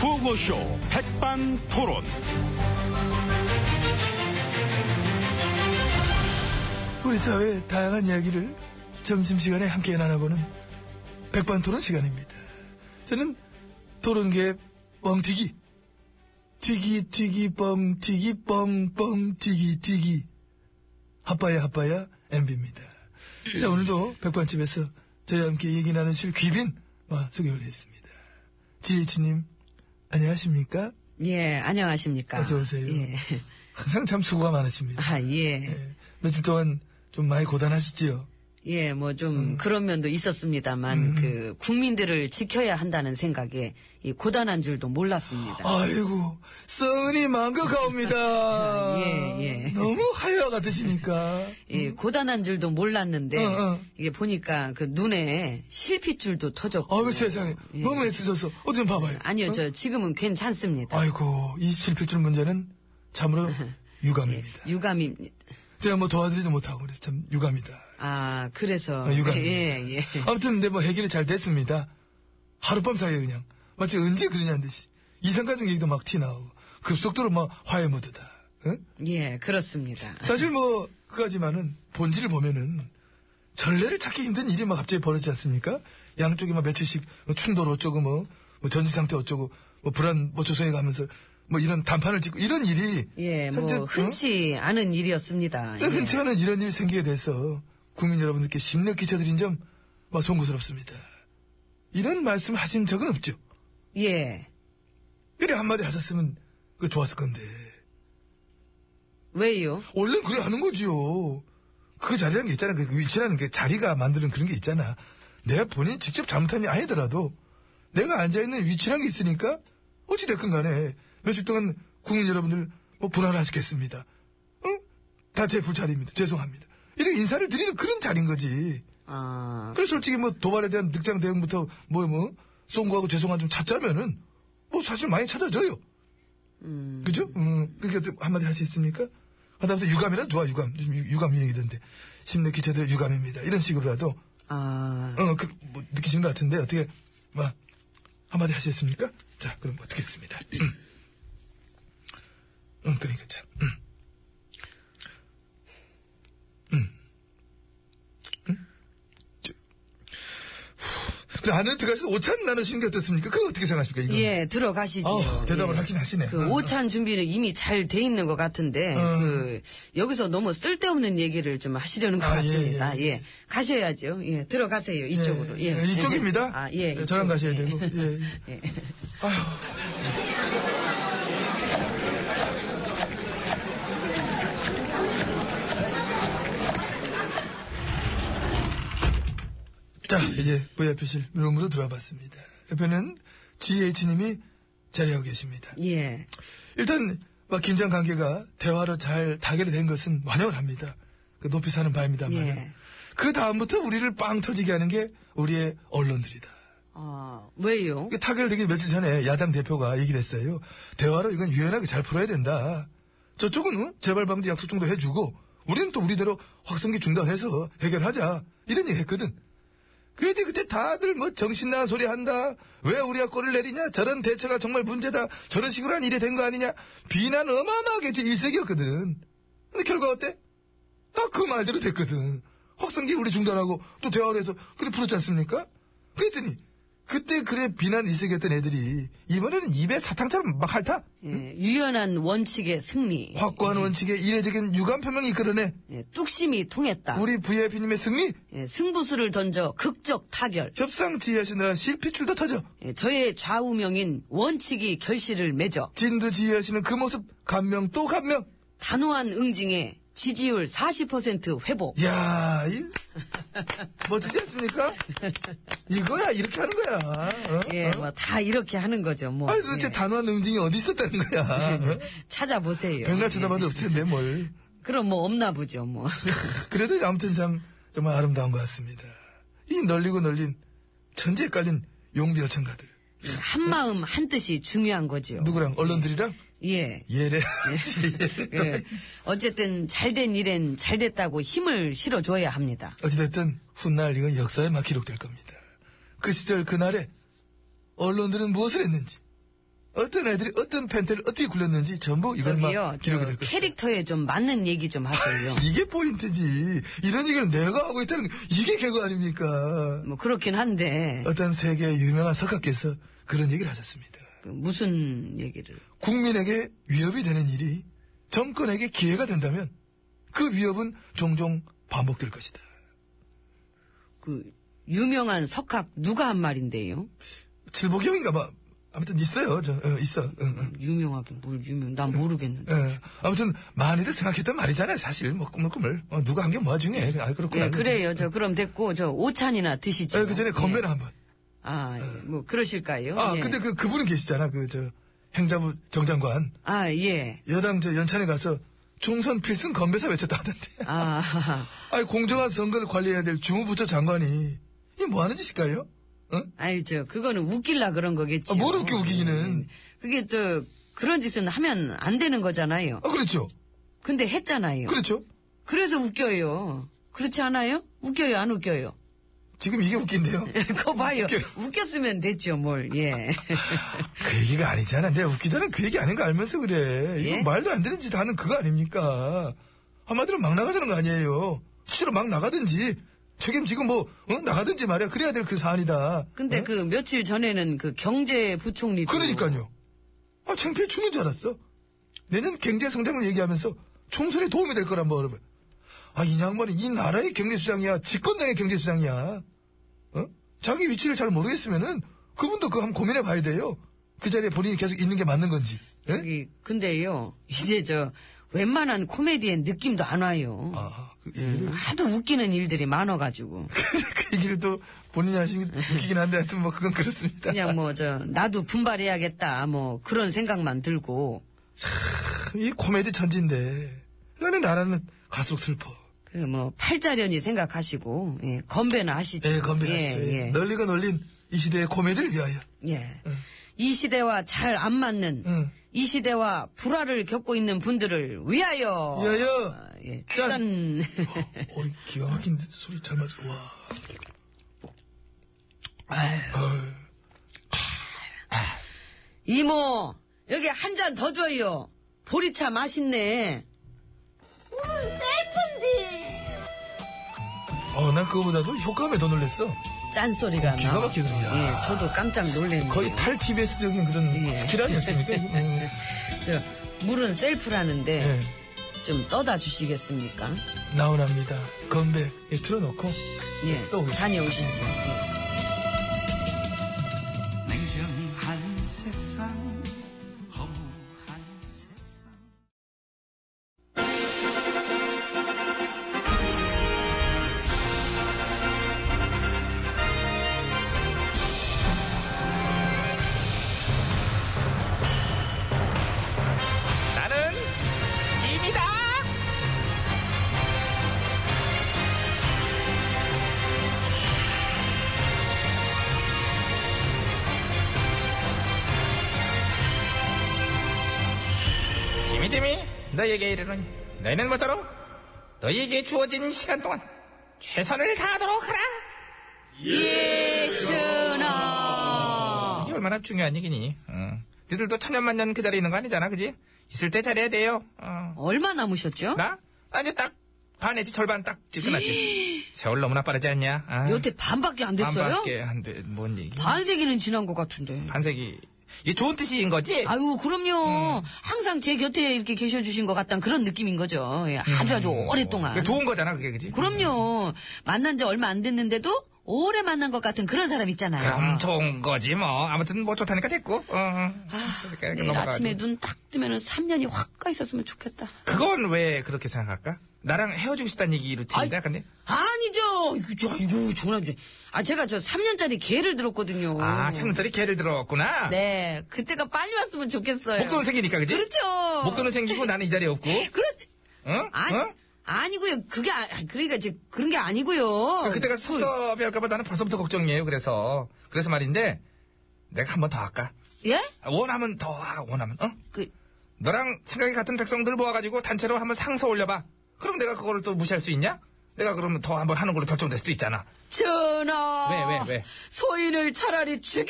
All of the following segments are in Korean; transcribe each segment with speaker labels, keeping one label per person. Speaker 1: 구호쇼 백반토론.
Speaker 2: 우리 사회의 다양한 이야기를 점심시간에 함께 나눠보는 백반토론 시간입니다. 저는 토론계 뻥튀기 튀기 튀기 뻥튀기 뻥뻥 튀기 튀기 하빠야 하빠야 MB입니다. 자 오늘도 백반집에서 저희와 함께 얘기 나누실 귀빈 와, 소개를 했습니다. 지혜치님 안녕하십니까?
Speaker 3: 예, 안녕하십니까.
Speaker 2: 어서 오세요.
Speaker 3: 예.
Speaker 2: 항상 참 수고가 많으십니다.
Speaker 3: 아, 예.
Speaker 2: 예, 며칠 동안 좀 많이 고단하셨지요?
Speaker 3: 예, 뭐 좀
Speaker 2: 음.
Speaker 3: 그런 면도 있었습니다만, 그, 국민들을 지켜야 한다는 생각에 이 고단한 줄도 몰랐습니다.
Speaker 2: 아이고, 써니 망극하옵니다.
Speaker 3: 예, 예.
Speaker 2: 너무 하여 같으시니까.
Speaker 3: 예, 고단한 줄도 몰랐는데,
Speaker 2: 음. 어, 어.
Speaker 3: 이게 보니까 그 눈에 실핏줄도 터졌고.
Speaker 2: 아이고, 세상에. 너무 애쓰셔서. 어디 좀 봐봐요.
Speaker 3: 예.
Speaker 2: 어?
Speaker 3: 아니요, 저 지금은 괜찮습니다.
Speaker 2: 아이고, 이 실패줄 문제는 참으로 유감입니다.
Speaker 3: 유감입니다.
Speaker 2: 제가 뭐 도와드리지 못하고 그래서 참 유감이다.
Speaker 3: 아, 그래서.
Speaker 2: 아, 유감입니다.
Speaker 3: 예, 예.
Speaker 2: 아무튼 근데 뭐 해결이 잘 됐습니다. 하룻밤 사이에 그냥. 마치 언제 그러냐는 듯이. 이상가족 얘기도 막 티나고. 급속도로 막 화해 무드다. 응?
Speaker 3: 예, 그렇습니다.
Speaker 2: 사실 뭐 그까지만은 본질을 보면은 전례를 찾기 힘든 일이 막 갑자기 벌어지지 않습니까? 양쪽이 막 며칠씩 뭐 충돌 어쩌고 뭐, 뭐 전시 상태 어쩌고 뭐 불안 뭐 조성해 가면서 뭐 이런 단판을 짓고 이런 일이
Speaker 3: 예, 뭐,
Speaker 2: 사실, 어?
Speaker 3: 흔치 않은 일이었습니다.
Speaker 2: 네, 흔치 않은 이런 일이 생기게 돼서 국민 여러분들께 심력 끼쳐드린 점 막, 송구스럽습니다. 이런 말씀 하신 적은 없죠.
Speaker 3: 예. 예.
Speaker 2: 그래 한마디 하셨으면 그 좋았을 건데
Speaker 3: 왜요?
Speaker 2: 원래 그래 하는 거지요. 그 자리라는 게 있잖아. 그 위치라는 게 자리가 만드는 그런 게 있잖아. 내가 본인이 직접 잘못한 게 아니더라도 내가 앉아있는 위치라는 게 있으니까 어찌됐건 간에 며칠 동안 국민 여러분들 뭐 불안하시겠습니다. 응? 다 제 불찰입니다. 죄송합니다. 이렇게 인사를 드리는 그런 자리인 거지.
Speaker 3: 아,
Speaker 2: 그래서 솔직히 뭐 도발에 대한 늑장 대응부터 뭐, 뭐, 송구하고 죄송한 좀 찾자면은 뭐 사실 많이 찾아줘요. 그죠? 음, 그러니까 또 한마디 하시겠습니까? 하다못해 유감이라 좋아, 유감. 요즘 유- 유감 유행이던데. 심리 기체들 유감입니다. 이런 식으로라도,
Speaker 3: 아,
Speaker 2: 어, 그, 뭐, 느끼시는 것 같은데, 어떻게, 막, 한마디 하시겠습니까? 자, 그럼 어떻게 했습니다. 음. 응, 그러니까 참. 음. 음. 저, 후. 그래, 안으로 들어가서 오찬 나누시는 게 어떻습니까? 그거 어떻게 생각하십니까, 이거?
Speaker 3: 예, 들어가시죠.
Speaker 2: 아우, 대답을
Speaker 3: 예.
Speaker 2: 하긴 하시네.
Speaker 3: 그
Speaker 2: 어,
Speaker 3: 오찬 준비는 이미 잘 돼 있는 것 같은데,
Speaker 2: 어.
Speaker 3: 그, 여기서 너무 쓸데없는 얘기를 좀 하시려는 것
Speaker 2: 아, 예,
Speaker 3: 같습니다.
Speaker 2: 예,
Speaker 3: 예, 가셔야죠. 예, 들어가세요. 이쪽으로. 예.
Speaker 2: 예, 이쪽입니다.
Speaker 3: 아, 예.
Speaker 2: 예, 저랑
Speaker 3: 이쪽.
Speaker 2: 가셔야
Speaker 3: 예.
Speaker 2: 되고. 예.
Speaker 3: 예.
Speaker 2: 자, 이제 VIP실 룸으로 들어와 봤습니다. 옆에는 GH님이 자리하고 계십니다.
Speaker 3: 예.
Speaker 2: 일단 막 긴장 관계가 대화로 잘 타결이 된 것은 환영을 합니다. 그 높이 사는 바입니다만
Speaker 3: 예.
Speaker 2: 그 다음부터 우리를 빵 터지게 하는 게 우리의 언론들이다.
Speaker 3: 아, 왜요?
Speaker 2: 이게 타결되기 며칠 전에 야당 대표가 얘기를 했어요. 대화로 이건 유연하게 잘 풀어야 된다. 저쪽은 어? 재발 방지 약속 정도 해주고 우리는 또 우리대로 확성기 중단해서 해결하자 이런 얘기 했거든. 그런데 그때 다들 뭐 정신 나간 소리 한다. 왜 우리가 골을 내리냐? 저런 대처가 정말 문제다. 저런 식으로 한 일이 된 거 아니냐? 비난 어마어마하게 좀 일색이었거든. 근데 결과 어때? 딱 그 말대로 됐거든. 확성기 우리 중단하고 또 대화를 해서 그래 풀었지 않습니까? 그랬더니 그때 그래 비난 일색이었던 애들이 이번에는 입에 사탕처럼 막 핥아.
Speaker 3: 예, 유연한 원칙의 승리.
Speaker 2: 확고한 원칙에 이례적인 유감 표명이 이끌어내
Speaker 3: 예, 뚝심이 통했다.
Speaker 2: 우리 VIP님의 승리
Speaker 3: 예, 승부수를 던져 극적 타결.
Speaker 2: 협상 지휘하시느라 실핏줄도 터져
Speaker 3: 예, 저의 좌우명인 원칙이 결실을 맺어.
Speaker 2: 진두 지휘하시는 그 모습 감명 또 감명
Speaker 3: 단호한 응징에 지지율 40% 회복.
Speaker 2: 야, 이, 멋지지 않습니까? 이거야, 이렇게 하는 거야. 어?
Speaker 3: 예, 뭐 다 이렇게 하는 거죠. 뭐
Speaker 2: 아니, 도대체
Speaker 3: 예,
Speaker 2: 단호한 응징이 어디 있었다는 거야. 어?
Speaker 3: 찾아보세요.
Speaker 2: 백날
Speaker 3: 예.
Speaker 2: 쳐다봐도 없을 텐데, 뭘.
Speaker 3: 그럼 뭐 없나 보죠. 뭐
Speaker 2: 그래도 아무튼 참, 정말 아름다운 것 같습니다. 이 널리고 널린, 천지에 깔린 용비 여천가들.
Speaker 3: 한 마음 한 뜻이 중요한 거죠.
Speaker 2: 누구랑, 언론들이랑?
Speaker 3: 어, 예.
Speaker 2: 예래.
Speaker 3: 예. 어쨌든 잘된 일엔 잘 됐다고 힘을 실어줘야 합니다.
Speaker 2: 어찌됐든, 훗날 이건 역사에 막 기록될 겁니다. 그 시절, 그날에, 언론들은 무엇을 했는지, 어? 어떤 애들이 어떤 팬티를 어떻게 굴렸는지 전부
Speaker 3: 저기요,
Speaker 2: 이것만
Speaker 3: 저
Speaker 2: 기록이 될 것이다.
Speaker 3: 캐릭터에 좀 맞는 얘기 좀 하세요.
Speaker 2: 이게 포인트지. 이런 얘기를 내가 하고 있다는 게 이게 개그 아닙니까?
Speaker 3: 뭐 그렇긴 한데
Speaker 2: 어떤 세계의 유명한 석학께서 그런 얘기를 하셨습니다.
Speaker 3: 그 무슨 얘기를?
Speaker 2: 국민에게 위협이 되는 일이 정권에게 기회가 된다면 그 위협은 종종 반복될 것이다.
Speaker 3: 그 유명한 석학 누가 한 말인데요?
Speaker 2: 칠보경인가 봐. 아무튼 있어요. 저, 어, 있어. 응, 응.
Speaker 3: 유명하긴 뭘 유명? 난 모르겠는데.
Speaker 2: 예. 아무튼 많이들 생각했던 말이잖아요. 사실 뭐 꾸물꾸물. 어, 누가 한 게 뭐야 중에. 아 그렇구나.
Speaker 3: 예, 그래요. 저 그럼 됐고 저 오찬이나 드시죠.
Speaker 2: 예, 그 전에 건배를 한번.
Speaker 3: 아, 예, 뭐 그러실까요?
Speaker 2: 아
Speaker 3: 예.
Speaker 2: 근데 그 그분은 계시잖아. 그 저 행자부 정장관
Speaker 3: 아 예.
Speaker 2: 여당 저 연찬에 가서 총선 필승 건배사 외쳤다 하던데.
Speaker 3: 아,
Speaker 2: 아니 공정한 선거를 관리해야 될 주무부처 장관이 이 뭐 하는 짓일까요? 어?
Speaker 3: 아니 저 그거는 웃길라 그런 거겠지.
Speaker 2: 아, 뭘 웃겨,
Speaker 3: 음.
Speaker 2: 웃기기는.
Speaker 3: 그게 또 그런 짓은 하면 안 되는 거잖아요.
Speaker 2: 아 그렇죠.
Speaker 3: 근데 했잖아요.
Speaker 2: 그렇죠.
Speaker 3: 그래서 웃겨요. 그렇지 않아요? 웃겨요, 안 웃겨요?
Speaker 2: 지금 이게 웃긴데요.
Speaker 3: 그거 봐요.
Speaker 2: 음, 웃겨요.
Speaker 3: 웃겼으면 됐죠, 뭘. 예.
Speaker 2: 그 얘기가 아니잖아. 내가 웃기다는 그 얘기 아닌 거 알면서 그래. 이거
Speaker 3: 예?
Speaker 2: 말도 안 되는 짓 하는 그거 아닙니까? 한마디로 막 나가자는 거 아니에요. 수시로 막 나가든지 책임지고 뭐 어? 나가든지 말이야. 그래야 될 그 사안이다.
Speaker 3: 근데
Speaker 2: 어?
Speaker 3: 그 며칠 전에는 그 경제부총리.
Speaker 2: 그러니까요. 아 창피해 죽는 줄 알았어. 내년 경제 성장을 얘기하면서 총선에 도움이 될 거란 말을. 아이 양반은 이 나라의 경제 수장이야. 집권당의 경제 수장이야. 어? 자기 위치를 잘 모르겠으면은 그분도 그거 한번 고민해 봐야 돼요. 그 자리에 본인이 계속 있는 게 맞는 건지. 예?
Speaker 3: 저기, 근데요, 이제 저, 웬만한 코미디엔 느낌도 안 와요.
Speaker 2: 아, 그 얘기를,
Speaker 3: 하도 웃기는 일들이 많아가지고.
Speaker 2: 그 얘기를 또 본인이 하신 게 웃기긴 한데 하여튼 뭐 그건 그렇습니다.
Speaker 3: 그냥 뭐, 저, 나도 분발해야겠다. 뭐, 그런 생각만 들고.
Speaker 2: 참, 이 코미디 천지인데. 나는 나라는 갈수록 슬퍼.
Speaker 3: 그 뭐, 팔자련이 생각하시고, 예, 건배나 하시죠.
Speaker 2: 예, 건배하시죠.
Speaker 3: 예,
Speaker 2: 예,
Speaker 3: 예.
Speaker 2: 널리가 널린 이 시대의 코미디를 위하여. 네.
Speaker 3: 예. 이 시대와 잘 안 맞는
Speaker 2: 응.
Speaker 3: 이 시대와 불화를 겪고 있는 분들을 위하여.
Speaker 2: 위하여.
Speaker 3: 아, 예.
Speaker 2: 짠.
Speaker 3: 짠.
Speaker 2: 어, 이 기가 막힌 소리 잘 맞아. 와.
Speaker 3: 이모 여기 한 잔 더 줘요. 보리차 맛있네.
Speaker 2: 어, 난 그거보다도 효과음에 더 놀랬어.
Speaker 3: 짠 소리가 나.
Speaker 2: 기가 막힌 소리야.
Speaker 3: 예, 저도 깜짝 놀랐네요.
Speaker 2: 거의 탈 TBS적인 그런
Speaker 3: 예. 네.
Speaker 2: 스킬 아니었습니까? 음.
Speaker 3: 저, 물은 셀프라는데
Speaker 2: 예.
Speaker 3: 좀 떠다 주시겠습니까?
Speaker 2: 나훈아입니다. 건배. 예, 틀어놓고.
Speaker 3: 예.
Speaker 2: 또 오시죠.
Speaker 3: 다녀오시죠. 예.
Speaker 4: 냉정한 세상 허무한 세상
Speaker 1: 나는 짐이다. 짐이 짐이 너에게 이르노니 너희는 모쪼록 너희에게 주어진 시간 동안 최선을 다하도록 하라.
Speaker 3: 예. 예천아.
Speaker 1: 이게 얼마나 중요한 얘기니? 응. 니들도 천년만년 그 자리에 있는 거 아니잖아, 그지? 있을 때 잘해야 돼요. 어.
Speaker 3: 얼마 남으셨죠?
Speaker 1: 나? 아니, 딱, 반했지, 절반 딱, 지금 끝났지. 세월 너무나 빠르지 않냐? 아,
Speaker 3: 여태 반밖에 안 됐어요?
Speaker 1: 반밖에 안 돼, 뭔 얘기.
Speaker 3: 반세기는 지난 것 같은데.
Speaker 1: 반세기. 이게 좋은 뜻인 거지?
Speaker 3: 아유,
Speaker 1: 음.
Speaker 3: 그럼요. 항상 제 곁에 이렇게 계셔주신 것 같다는 그런 느낌인 거죠. 예, 아주 아주 오랫동안.
Speaker 1: 음. 그게 좋은 거잖아, 그게, 그지?
Speaker 3: 그럼요. 만난 지 얼마 안 됐는데도 오래 만난 것 같은 그런 사람 있잖아요.
Speaker 1: 그럼 좋은 거지, 뭐. 아무튼 뭐 좋다니까 됐고. 어, 어. 그러니까 이렇게
Speaker 3: 아, 내일
Speaker 1: 넘어가가지고.
Speaker 3: 아침에 눈 딱 뜨면 은 3년이 확 가 있었으면 좋겠다.
Speaker 1: 그건 왜 그렇게 생각할까? 나랑 헤어지고 싶다는 얘기로 들린다,
Speaker 3: 아이.
Speaker 1: 근데?
Speaker 3: 아니죠. 이거, 저, 이거, 정말. 저- 아, 제가 저 3년짜리 개를 들었거든요.
Speaker 1: 아, 3년짜리 개를 들었구나.
Speaker 3: 네. 그때가 빨리 왔으면 좋겠어요.
Speaker 1: 목돈은 생기니까, 그지?
Speaker 3: 그렇죠.
Speaker 1: 목돈은 생기고 나는 이 자리에 없고. 어?
Speaker 3: 그렇지.
Speaker 1: 응?
Speaker 3: 아니,
Speaker 2: 어?
Speaker 1: 응?
Speaker 3: 아니고요. 그게 아, 아, 그러니까 이제 그런 게 아니고요.
Speaker 1: 그때가 섭섭해할까봐 나는 벌써부터 걱정이에요. 그래서 그래서 말인데 내가 한 번 더 할까?
Speaker 3: 예?
Speaker 1: 원하면 더 하, 원하면 어?
Speaker 3: 그
Speaker 1: 너랑 생각이 같은 백성들 모아가지고 단체로 한번 상서 올려봐. 그럼 내가 그거를 또 무시할 수 있냐?
Speaker 2: 내가 그러면 더 한번 하는 걸로 결정될 수도 있잖아.
Speaker 3: 전하.
Speaker 2: 왜, 왜, 왜?
Speaker 3: 소인을 차라리 죽여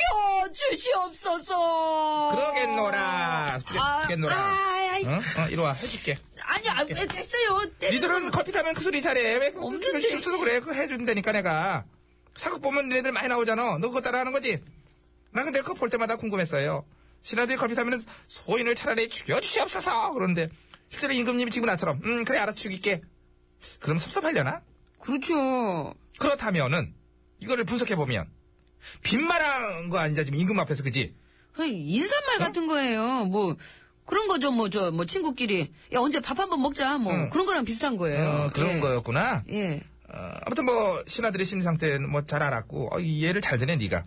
Speaker 3: 주시옵소서.
Speaker 2: 그러겠노라. 죽겠,
Speaker 3: 아,
Speaker 2: 죽겠노라.
Speaker 3: 아, 아이,
Speaker 2: 응? 어, 이리 와. 해줄게.
Speaker 3: 아니, 아, 왜 됐어요. 때-
Speaker 2: 니들은 커피 타면 그 소리 잘해. 왜 그거
Speaker 3: 없는데.
Speaker 2: 죽여주십시오 그래. 그거 해준다니까 내가. 사극 보면 니네들 많이 나오잖아. 너 그거 따라하는 거지? 나 근데 그거 볼 때마다 궁금했어요. 신하들이 커피 타면 소인을 차라리 죽여주시옵소서. 그러는데 실제로 임금님이 지금 나처럼 음 그래 알아서 죽일게. 그럼 섭섭하려나?
Speaker 3: 그렇죠.
Speaker 2: 그렇다면은 이거를 분석해보면 빈말한 거 아니자 지금 임금 앞에서 그지?
Speaker 3: 아니, 인사말 같은 거예요. 뭐 그런 거죠. 뭐 저 뭐 친구끼리 야 언제 밥 한번 먹자. 뭐 그런 거랑 비슷한 거예요.
Speaker 2: 어, 그런
Speaker 3: 예.
Speaker 2: 거였구나.
Speaker 3: 예.
Speaker 2: 어, 아무튼 뭐 신하들의 심리 상태는 뭐 잘 알았고 어, 이해를 잘 되네 네가.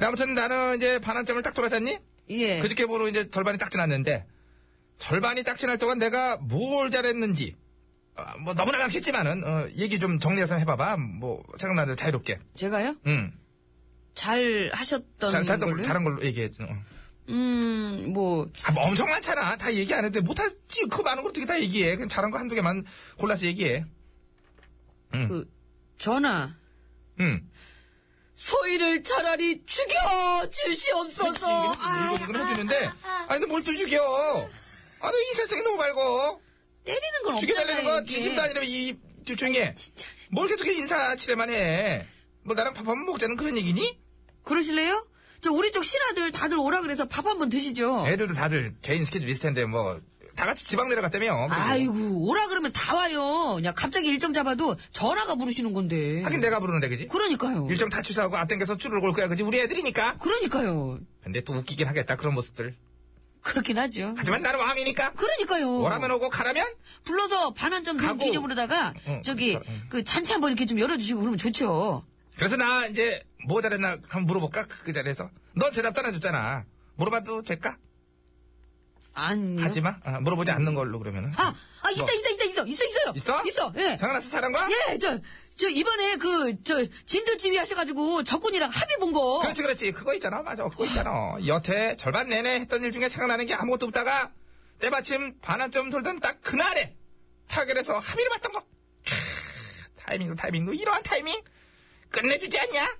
Speaker 2: 아무튼 나는 이제 반환점을 딱 돌아섰니?
Speaker 3: 예.
Speaker 2: 그저께 보러 이제 절반이 딱 지났는데 절반이 딱 지날 동안 내가 뭘 잘했는지 어, 뭐 너무나 많겠지만은 어, 얘기 좀 정리해서 해봐봐. 뭐 생각나는 대로 자유롭게.
Speaker 3: 제가요?
Speaker 2: 응.
Speaker 3: 잘 하셨던
Speaker 2: 잘, 잘,
Speaker 3: 걸로.
Speaker 2: 잘한 걸로 얘기해. 어.
Speaker 3: 음, 뭐
Speaker 2: 아, 뭐 엄청 많잖아. 다 얘기 안 해도 돼. 못하지. 그 많은 걸 어떻게 다 얘기해. 그냥 잘한 거 한두 개만 골라서 얘기해.
Speaker 3: 그, 전하.
Speaker 2: 응.
Speaker 3: 소희를 차라리 죽여 주시옵소서. 아,
Speaker 2: 이거 이건 해주는데. 아니, 근데 뭘 또 죽여. 아, 너이 세상이 너무 밝고.
Speaker 3: 때리는 건
Speaker 2: 죽여달라는
Speaker 3: 없잖아요.
Speaker 2: 건
Speaker 3: 이게.
Speaker 2: 뒤집도 아니라면 이, 조- 조용히 해. 뭘 계속 인사치레만 해. 뭐 나랑 밥 한번 먹자는 그런 얘기니?
Speaker 3: 그러실래요? 저 우리 쪽 신하들 다들 오라 그래서 밥 한번 드시죠.
Speaker 2: 애들도 다들 개인 스케줄 있을 텐데 뭐. 다 같이 지방 내려갔다며.
Speaker 3: 아이고 오라 그러면 다 와요. 그냥 갑자기 일정 잡아도 전화가 부르시는 건데.
Speaker 2: 하긴 내가 부르는데, 그지?
Speaker 3: 그러니까요.
Speaker 2: 일정 다 취소하고 앞당겨서 줄을 올 거야, 그지? 우리 애들이니까.
Speaker 3: 그러니까요.
Speaker 2: 근데 또 웃기긴 하겠다, 그런 모습들.
Speaker 3: 그렇긴 하죠.
Speaker 2: 하지만 나는 왕이니까.
Speaker 3: 그러니까요.
Speaker 2: 오라면 오고 가라면
Speaker 3: 불러서 반환점 된
Speaker 2: 가고.
Speaker 3: 기념으로다가
Speaker 2: 어,
Speaker 3: 저기
Speaker 2: 잘, 어.
Speaker 3: 그 잔치 한번 이렇게 좀 열어주시고 그러면 좋죠.
Speaker 2: 그래서 나 이제 뭐 잘했나 한번 물어볼까 그- 그 자리에서 넌 대답 떠나줬잖아 물어봐도 될까
Speaker 3: 아니요.
Speaker 2: 하지마 아, 물어보지 않는 걸로 그러면은
Speaker 3: 음. 아, 아 있다
Speaker 2: 뭐.
Speaker 3: 있다 있다 있어 있어 있어요.
Speaker 2: 있어
Speaker 3: 있어. 예.
Speaker 2: 상관없어 잘한 거야
Speaker 3: 예, 저, 저 이번에 그, 저, 진두지휘 하셔가지고 적군이랑 합의 본 거.
Speaker 2: 그렇지 그렇지 그거 있잖아 맞아 그거 있잖아 여태 절반 내내 했던 일 중에 생각나는 게 아무것도 없다가 때마침 반환점 돌던 딱 그날에 타결해서 합의를 봤던 거 캬, 타이밍도 타이밍도 이러한 타이밍 끝내주지 않냐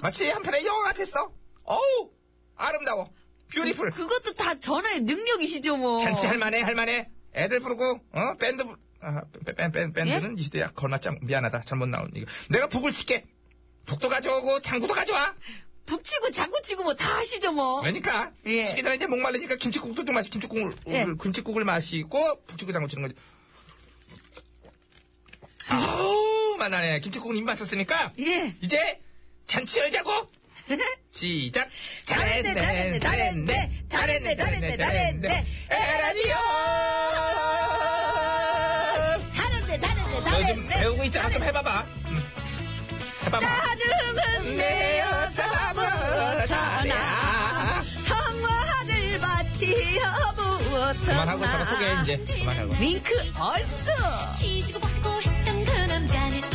Speaker 2: 마치 한편의 영화 같았어 어우 아름다워 뷰티풀
Speaker 3: 그것도 다 전화의 능력이시죠, 뭐.
Speaker 2: 잔치 할만해 할만해 애들 부르고 어 밴드 부... 아, 밴- 밴- 밴- 밴드는 이 시대야 걸맞지 않- 미안하다 잘못 나온 이거 내가 북을 칠게 북도 가져오고 장구도 가져와
Speaker 3: 북치고 장구치고 뭐 다 하시죠, 뭐.
Speaker 2: 그러니까
Speaker 3: 예.
Speaker 2: 치기 전에 이제 목말르니까 김치국도 좀 마시 김치국을
Speaker 3: 예.
Speaker 2: 김치국을 마시고 북치고 장구 치는 거지 아우 만나네 김치국은 입 맞췄으니까
Speaker 3: 예.
Speaker 2: 이제 잔치 열자고 시작
Speaker 3: 잘했네, 잘했네, 잘했네, 잘했네, 잘했네, 잘했네.
Speaker 2: 에라디오
Speaker 3: 잘했네, 잘했네,
Speaker 2: 너 요즘 배우고 있잖아. 좀 해봐봐. 응. 해봐봐.
Speaker 3: 짜증은 내어서 전하 성화를 바치어 무엇을
Speaker 2: 그만하고 저거 소개해, 이제. 그만하고.
Speaker 3: 윙크 얼쑤
Speaker 5: 치지고 받고 했던 그 남자는